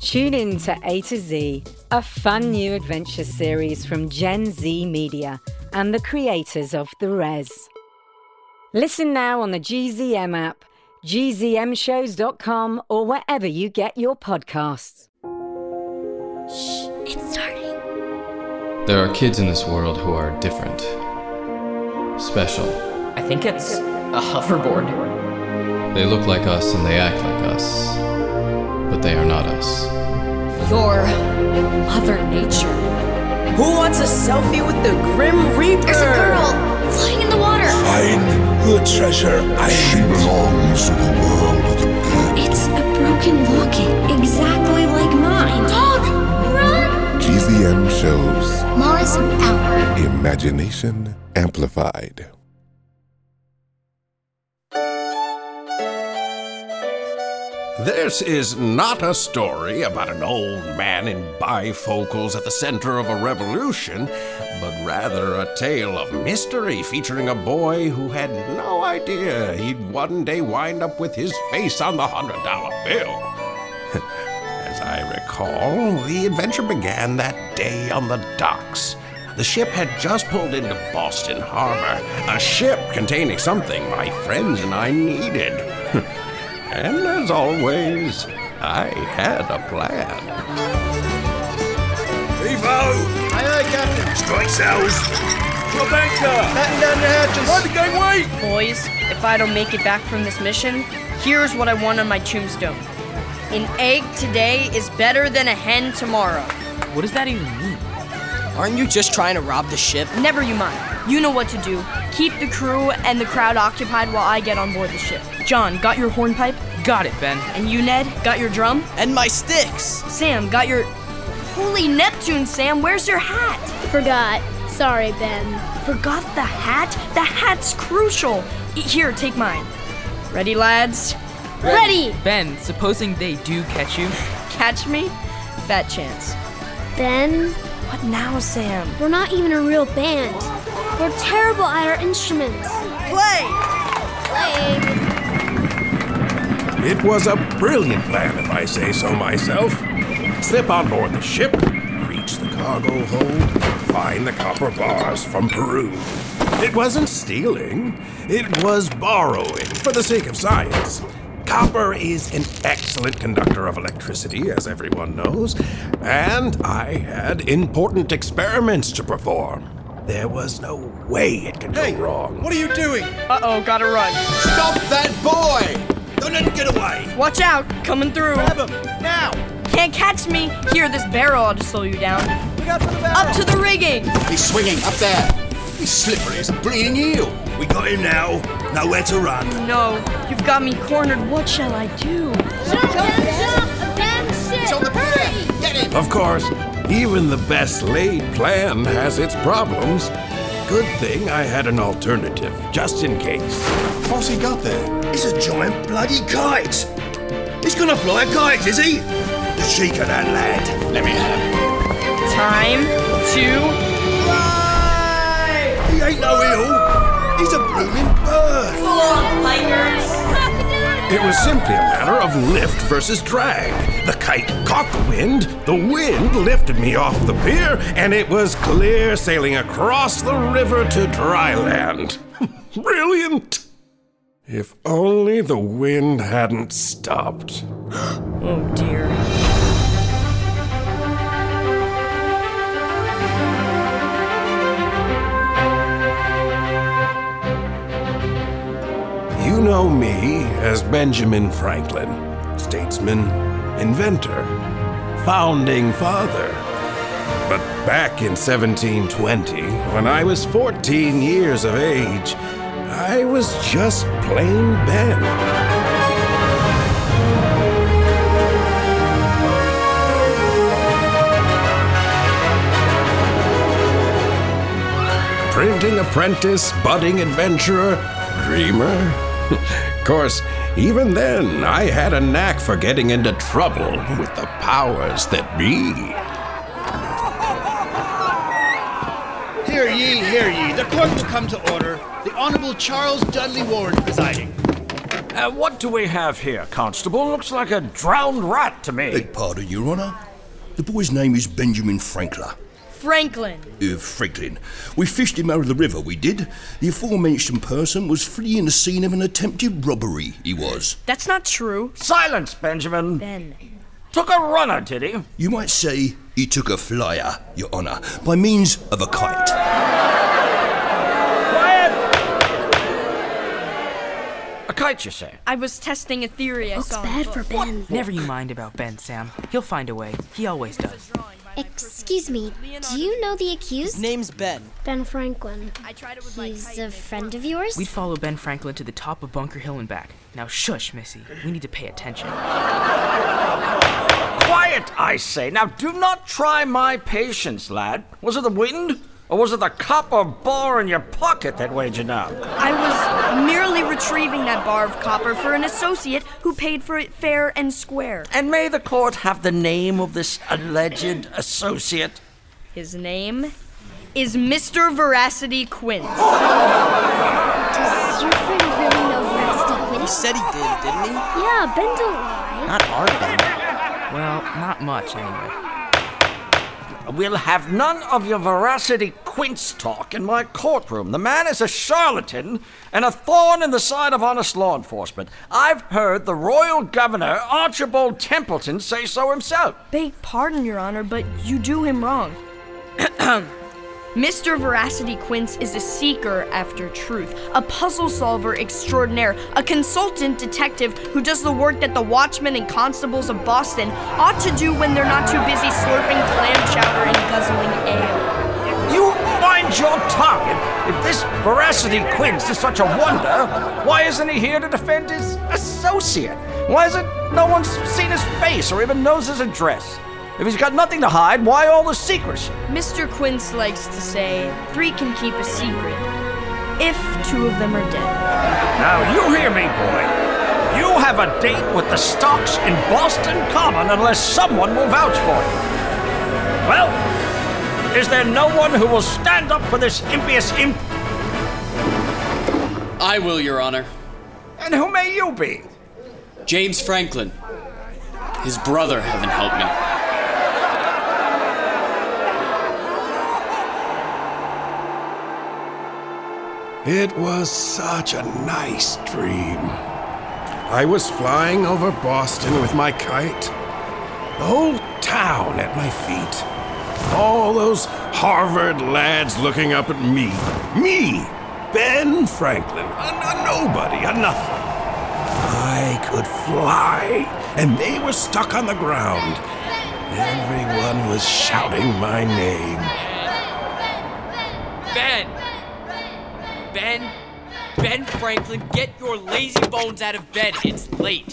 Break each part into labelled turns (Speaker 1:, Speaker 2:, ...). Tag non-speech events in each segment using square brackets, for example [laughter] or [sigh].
Speaker 1: Tune in to A to Z, a fun new adventure series from Gen Z Media and the creators of The Res. Listen now on the GZM app, gzmshows.com, or wherever you get your podcasts.
Speaker 2: It's starting.
Speaker 3: There are kids in this world who are different, special.
Speaker 4: I think it's a hoverboard.
Speaker 3: They look like us and they act like us, but they are not us.
Speaker 2: Your Mother Nature.
Speaker 5: Who wants a selfie with the Grim Reaper?
Speaker 2: There's a girl flying in the water.
Speaker 6: Find the treasure
Speaker 7: She
Speaker 6: island.
Speaker 7: belongs to the world of the good.
Speaker 2: It's a broken locket, exactly like mine. Dog, run!
Speaker 7: GZM shows
Speaker 2: Mars out.
Speaker 7: Imagination Amplified.
Speaker 8: This is not a story about an old man in bifocals at the center of a revolution, but rather a tale of mystery featuring a boy who had no idea he'd one day wind up with his face on the hundred dollar bill. [laughs] As I recall, the adventure began that day on the docks. The ship had just pulled into Boston Harbor, a ship containing something my friends and I needed. [laughs] And as always, I had a plan.
Speaker 6: Evo!
Speaker 9: Aye, aye, Captain.
Speaker 6: Strike cells! Quebeca!
Speaker 9: Batten down the hatches.
Speaker 6: Mind the gangway!
Speaker 10: Boys, if I don't make it back from this mission, here's what I want on my tombstone. An egg today is better than a hen tomorrow.
Speaker 4: What does that even mean?
Speaker 5: Aren't you just trying to rob the ship?
Speaker 10: Never you mind. You know what to do. Keep the crew and the crowd occupied while I get on board the ship. John, got your hornpipe?
Speaker 4: Got it, Ben.
Speaker 10: And you, Ned, got your drum?
Speaker 5: And my sticks!
Speaker 10: Sam, got your. Holy Neptune, Sam, where's your hat?
Speaker 2: Forgot. Sorry, Ben.
Speaker 10: Forgot the hat? The hat's crucial. E- Here, take mine. Ready, lads?
Speaker 2: Ready,
Speaker 4: Ben, supposing they do catch you?
Speaker 10: Catch me? Fat chance.
Speaker 2: Ben.
Speaker 10: What now, Sam?
Speaker 2: We're not even a real band. We're terrible at our instruments.
Speaker 10: Play!
Speaker 2: Play.
Speaker 6: It was a brilliant plan, if I say so myself. Slip on board the ship, reach the cargo hold, find the copper bars from Peru. It wasn't stealing, it was borrowing for the sake of science. Copper is an excellent conductor of electricity, as everyone knows, and I had important experiments to perform. There was no way it could go wrong.
Speaker 9: What are you doing?
Speaker 10: Uh oh, gotta run.
Speaker 9: Stop that boy!
Speaker 6: Don't let it get away!
Speaker 10: Watch out, coming through.
Speaker 9: him now!
Speaker 10: Can't catch me. Here, this barrel ought to slow you down. Up to the rigging.
Speaker 7: He's swinging up there. He's slippery as a bleeding eel.
Speaker 6: We got him now. Nowhere to run.
Speaker 10: No, you've got me cornered. What shall I do?
Speaker 2: Jump, jump, jump! Ben, shit! Hurry!
Speaker 6: Of course, even the best laid plan has its problems. Good thing I had an alternative, just in case.
Speaker 7: What's he got there?
Speaker 6: It's a giant bloody kite! He's gonna fly a kite, is he? She can that lad. Let me have him.
Speaker 10: Time to fly.
Speaker 6: He ain't no eel. He's a blooming bird. It was simply a matter of lift versus drag. The kite caught the wind, the wind lifted me off the pier, and it was clear sailing across the river to dry land. [laughs] Brilliant! If only the wind hadn't stopped.
Speaker 10: Oh dear.
Speaker 6: You know me as Benjamin Franklin, statesman, inventor, founding father. But back in 1720, when I was 14 years of age, I was just plain Ben.
Speaker 8: budding apprentice, budding adventurer,
Speaker 6: [laughs]
Speaker 8: dreamer. of course, even then, I had a knack for getting into trouble with the powers that be.
Speaker 11: Hear ye, hear ye. The court will come to order. The Honorable Charles Dudley Warren presiding.
Speaker 12: Uh, what do we have here, Constable? Looks like a drowned rat to me.
Speaker 7: Beg pardon, Your Honor. The boy's name is Benjamin Frankler.
Speaker 10: Franklin.
Speaker 7: Uh, Franklin. We fished him out of the river, we did. The aforementioned person was fleeing the scene of an attempted robbery, he was.
Speaker 10: That's not true.
Speaker 12: Silence, Benjamin.
Speaker 10: Ben.
Speaker 12: Took a runner, did he?
Speaker 7: You might say he took a flyer, Your Honor, by means of a kite.
Speaker 12: A kite, you say?
Speaker 10: I was testing a theory I saw.
Speaker 2: bad for Ben.
Speaker 4: Never you mind about Ben, Sam. He'll find a way. He always does.
Speaker 2: Excuse me, do you know the accused?
Speaker 5: name's Ben.
Speaker 2: Ben Franklin. He's a friend of yours?
Speaker 4: We'd follow Ben Franklin to the top of Bunker Hill and back. Now shush, Missy. We need to pay attention.
Speaker 12: Quiet, I say. Now, do not try my patience, lad. Was it the wind? Or was it the copper bar in your pocket that weighed you down?
Speaker 10: I was merely retrieving that bar of copper for an associate who paid for it fair and square.
Speaker 12: And may the court have the name of this alleged associate?
Speaker 10: His name is Mr. Veracity Quint.
Speaker 2: Does your friend really know Veracity Quinn?
Speaker 5: He said he did, didn't he?
Speaker 2: Yeah, Ben don't lie.
Speaker 12: Not our Ben.
Speaker 4: Well, not much anyway.
Speaker 12: We'll have none of your veracity quince talk in my courtroom. The man is a charlatan and a thorn in the side of honest law enforcement. I've heard the royal governor, Archibald Templeton, say so himself.
Speaker 10: Beg pardon, Your Honor, but you do him wrong. [clears throat] Mr. Veracity Quince is a seeker after truth, a puzzle solver extraordinaire, a consultant detective who does the work that the watchmen and constables of Boston ought to do when they're not too busy slurping clam chowder and guzzling ale.
Speaker 12: You mind your tongue. If this veracity quince is such a wonder, why isn't he here to defend his associate? Why is it no one's seen his face or even knows his address? If he's got nothing to hide, why all the secrecy?
Speaker 10: Mr. Quince likes to say, three can keep a secret if two of them are dead.
Speaker 12: Now, you hear me, boy. You have a date with the stocks in Boston Common unless someone will vouch for you. Well, is there no one who will stand up for this impious imp?
Speaker 13: I will, Your Honor.
Speaker 12: And who may you be?
Speaker 13: James Franklin. His brother, heaven help me.
Speaker 6: It was such a nice dream.
Speaker 8: I was flying over Boston with my kite.
Speaker 6: The whole town at my feet. All those Harvard lads looking up at me. Me, Ben Franklin, a, a nobody, a nothing. I could fly, and they were stuck on the ground. Everyone was shouting my name.
Speaker 14: Ben! Ben! Ben Franklin, get your lazy bones out of bed. It's late.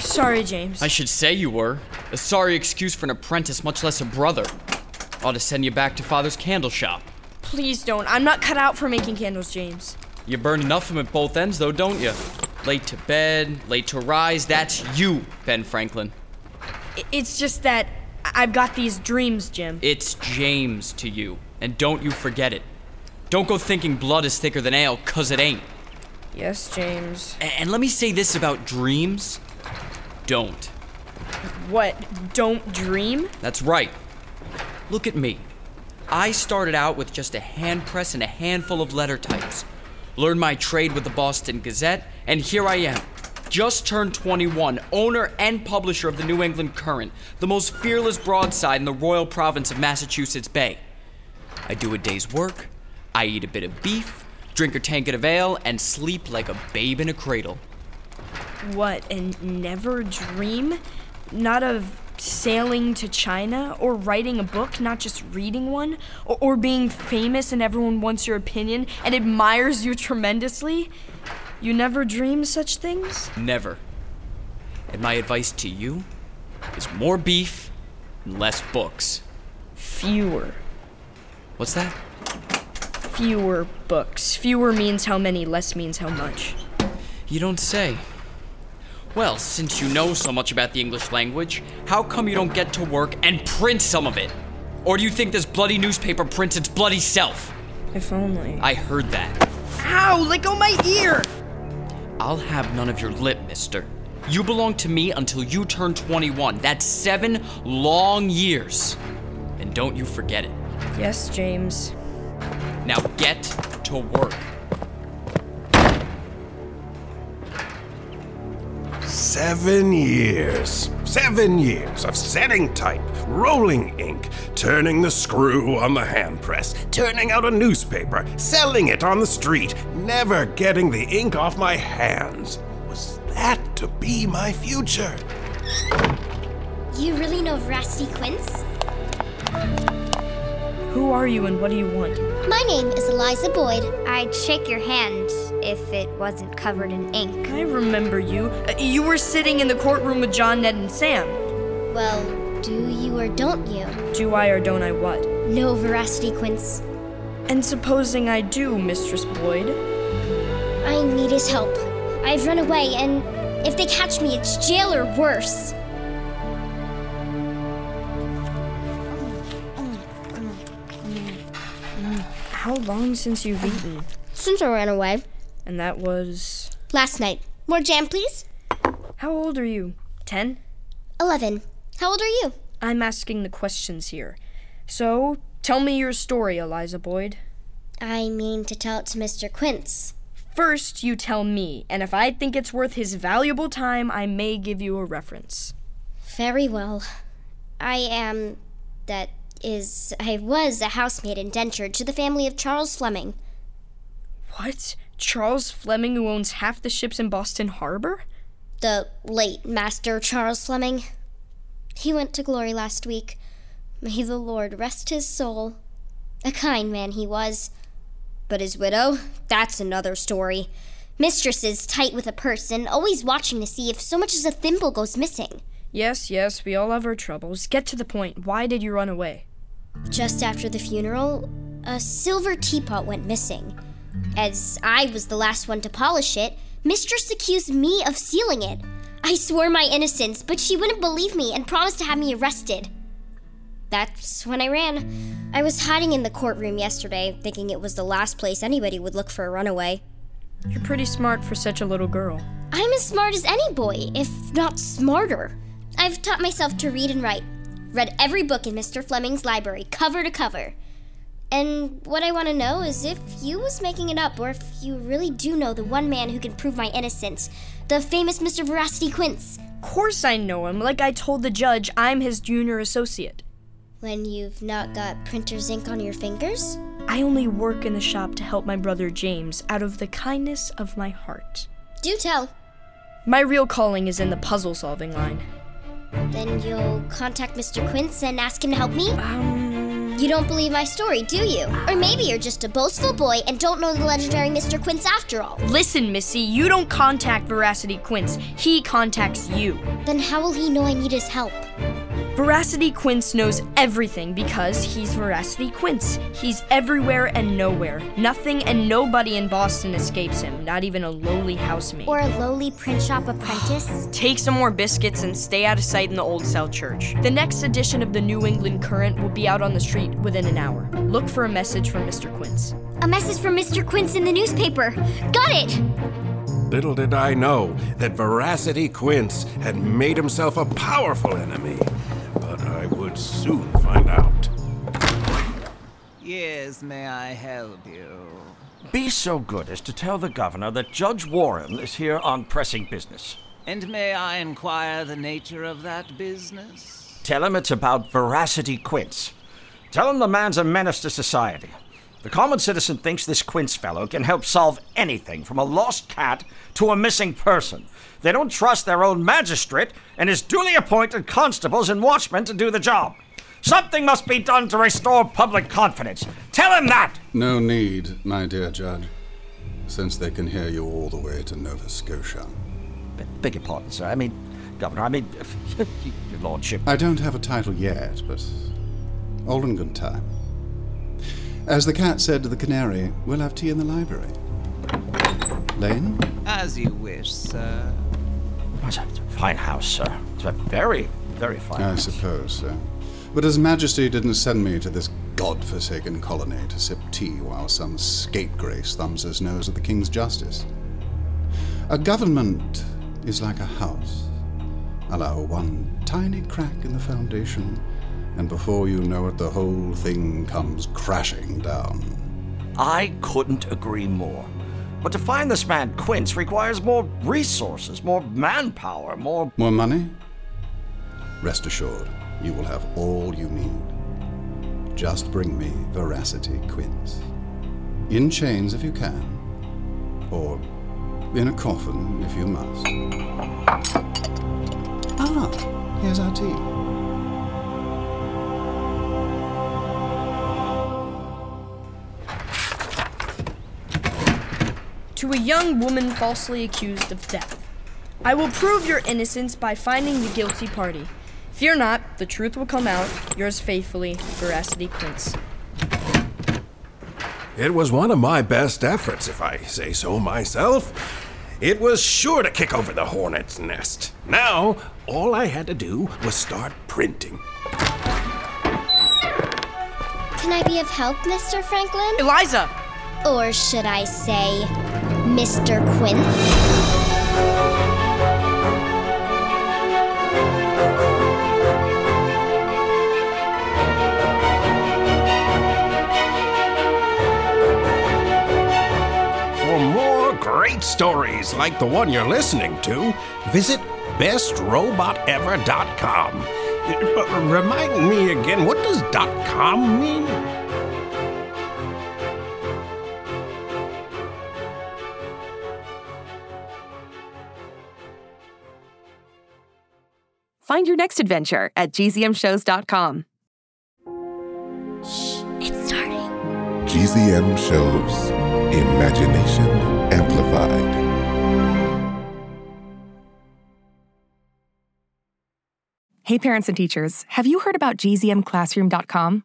Speaker 10: Sorry, James.
Speaker 13: I should say you were. A sorry excuse for an apprentice, much less a brother. Ought to send you back to Father's candle shop.
Speaker 10: Please don't. I'm not cut out for making candles, James.
Speaker 13: You burn enough of them at both ends, though, don't you? Late to bed, late to rise, that's you, Ben Franklin.
Speaker 10: I- It's just that I- I've got these dreams, Jim.
Speaker 13: It's James to you, and don't you forget it. Don't go thinking blood is thicker than ale, 'cause it ain't.
Speaker 10: Yes, James.
Speaker 13: A- And let me say this about dreams don't.
Speaker 10: What? Don't dream?
Speaker 13: That's right. Look at me. I started out with just a hand press and a handful of letter types. Learned my trade with the Boston Gazette, and here I am. Just turned 21, owner and publisher of the New England Current, the most fearless broadside in the royal province of Massachusetts Bay. I do a day's work, I eat a bit of beef, drink a tankard of ale, and sleep like a babe in a cradle.
Speaker 10: What? And never dream? Not of sailing to China or writing a book, not just reading one? Or, or being famous and everyone wants your opinion and admires you tremendously? You never dream such things?
Speaker 13: Never. And my advice to you is more beef and less books.
Speaker 10: Fewer.
Speaker 13: What's that?
Speaker 10: Fewer books. Fewer means how many, less means how much.
Speaker 13: You don't say. Well, since you know so much about the English language, how come you don't get to work and print some of it? Or do you think this bloody newspaper prints its bloody self?
Speaker 10: If only.
Speaker 13: I heard that.
Speaker 10: Ow! Let go my ear!
Speaker 13: I'll have none of your lip, mister. You belong to me until you turn 21. That's seven long years. And don't you forget it.
Speaker 10: Yes, James.
Speaker 13: Now get to work.
Speaker 6: Seven years. Seven years of setting type, rolling ink, turning the screw on the hand press, turning out a newspaper, selling it on the street, never getting the ink off my hands. Was that to be my future?
Speaker 2: You really know Veracity Quince?
Speaker 10: Who are you and what do you want?
Speaker 15: My name is Eliza Boyd. I'd shake your hand if it wasn't covered in ink.
Speaker 10: I remember you. Uh, You were sitting in the courtroom with John, Ned, and Sam.
Speaker 15: Well, do you or don't you?
Speaker 10: Do I or don't I what?
Speaker 15: No veracity, Quince.
Speaker 10: And supposing I do, Mistress Boyd?
Speaker 15: I need his help. I've run away, and if they catch me, it's jail or worse.
Speaker 10: How long since you've eaten?
Speaker 15: Since I ran away.
Speaker 10: And that was.
Speaker 15: Last night. More jam, please?
Speaker 10: How old are you? Ten?
Speaker 15: Eleven. How old are you?
Speaker 10: I'm asking the questions here. So, tell me your story, Eliza Boyd.
Speaker 15: I mean to tell it to Mr. Quince.
Speaker 10: First, you tell me, and if I think it's worth his valuable time, I may give you a reference.
Speaker 15: Very well. I am. That is. I was a housemaid indentured to the family of Charles Fleming.
Speaker 10: What? Charles Fleming, who owns half the ships in Boston Harbor?
Speaker 15: The late Master Charles Fleming. He went to glory last week. May the Lord rest his soul. A kind man he was. But his widow? That's another story. Mistresses tight with a person, always watching to see if so much as a thimble goes missing.
Speaker 10: Yes, yes, we all have our troubles. Get to the point. Why did you run away?
Speaker 15: Just after the funeral, a silver teapot went missing. As I was the last one to polish it, Mistress accused me of stealing it. I swore my innocence, but she wouldn't believe me and promised to have me arrested. That's when I ran. I was hiding in the courtroom yesterday, thinking it was the last place anybody would look for a runaway.
Speaker 10: You're pretty smart for such a little girl.
Speaker 15: I'm as smart as any boy, if not smarter. I've taught myself to read and write, read every book in Mr. Fleming's library, cover to cover. And what I want to know is if you was making it up, or if you really do know the one man who can prove my innocence, the famous Mr. Veracity Quince.
Speaker 10: Of course I know him. Like I told the judge, I'm his junior associate.
Speaker 15: When you've not got printer's ink on your fingers?
Speaker 10: I only work in the shop to help my brother James out of the kindness of my heart.
Speaker 15: Do tell.
Speaker 10: My real calling is in the puzzle solving line.
Speaker 15: Then you'll contact Mr. Quince and ask him to help me?
Speaker 10: Um,
Speaker 15: You don't believe my story, do you? Or maybe you're just a boastful boy and don't know the legendary Mr. Quince after all.
Speaker 10: Listen, Missy, you don't contact Veracity Quince. He contacts you.
Speaker 15: Then how will he know I need his help?
Speaker 10: Veracity Quince knows everything because he's Veracity Quince. He's everywhere and nowhere. Nothing and nobody in Boston escapes him, not even a lowly housemaid.
Speaker 15: Or a lowly print shop apprentice?
Speaker 10: Take some more biscuits and stay out of sight in the Old South Church. The next edition of the New England Current will be out on the street within an hour. Look for a message from Mr. Quince.
Speaker 15: A message from Mr. Quince in the newspaper. Got it!
Speaker 6: Little did I know that Veracity Quince had made himself a powerful enemy, but I would soon find out.
Speaker 16: Yes, may I help you?
Speaker 12: Be so good as to tell the governor that Judge Warren is here on pressing business.
Speaker 16: And may I inquire the nature of that business?
Speaker 12: Tell him it's about Veracity Quince. Tell him the man's a menace to society. The common citizen thinks this Quince fellow can help solve anything from a lost cat to a missing person. They don't trust their own magistrate and his duly appointed constables and watchmen to do the job. Something must be done to restore public confidence. Tell him that!
Speaker 17: No need, my dear Judge, since they can hear you all the way to Nova Scotia.
Speaker 12: Beg your pardon, sir. I mean, Governor, I mean, [laughs] your lordship.
Speaker 17: I don't have a title yet, but. Olden Guntai. As the cat said to the canary, we'll have tea in the library. Lane?
Speaker 16: As you wish, sir.
Speaker 12: It's a fine house, sir. It's a very, very fine
Speaker 17: I
Speaker 12: house.
Speaker 17: suppose so. But His Majesty didn't send me to this god-forsaken colony to sip tea while some scapegrace thumbs his nose at the King's justice. A government is like a house. Allow one tiny crack in the foundation, and before you know it, the whole thing comes crashing down.
Speaker 12: I couldn't agree more. But to find this man Quince requires more resources, more manpower, more.
Speaker 17: More money? Rest assured, you will have all you need. Just bring me Veracity Quince. In chains if you can, or in a coffin if you must. Ah, here's our tea.
Speaker 10: to a young woman falsely accused of death. I will prove your innocence by finding the guilty party. Fear not, the truth will come out. Yours faithfully, Veracity Quince.
Speaker 6: It was one of my best efforts, if I say so myself. It was sure to kick over the hornet's nest. Now, all I had to do was start printing.
Speaker 15: Can I be of help, Mr. Franklin? Eliza! Or should I say, Mr. Quince?
Speaker 8: For more great stories like the one you're listening to, visit bestrobotever.com. Uh, but Remind me again, what does dot .com mean?
Speaker 18: Find your next adventure at gzmshows.com.
Speaker 19: GZM shows Imagination Amplified.
Speaker 18: Hey, parents and teachers, have you heard about gzmclassroom.com?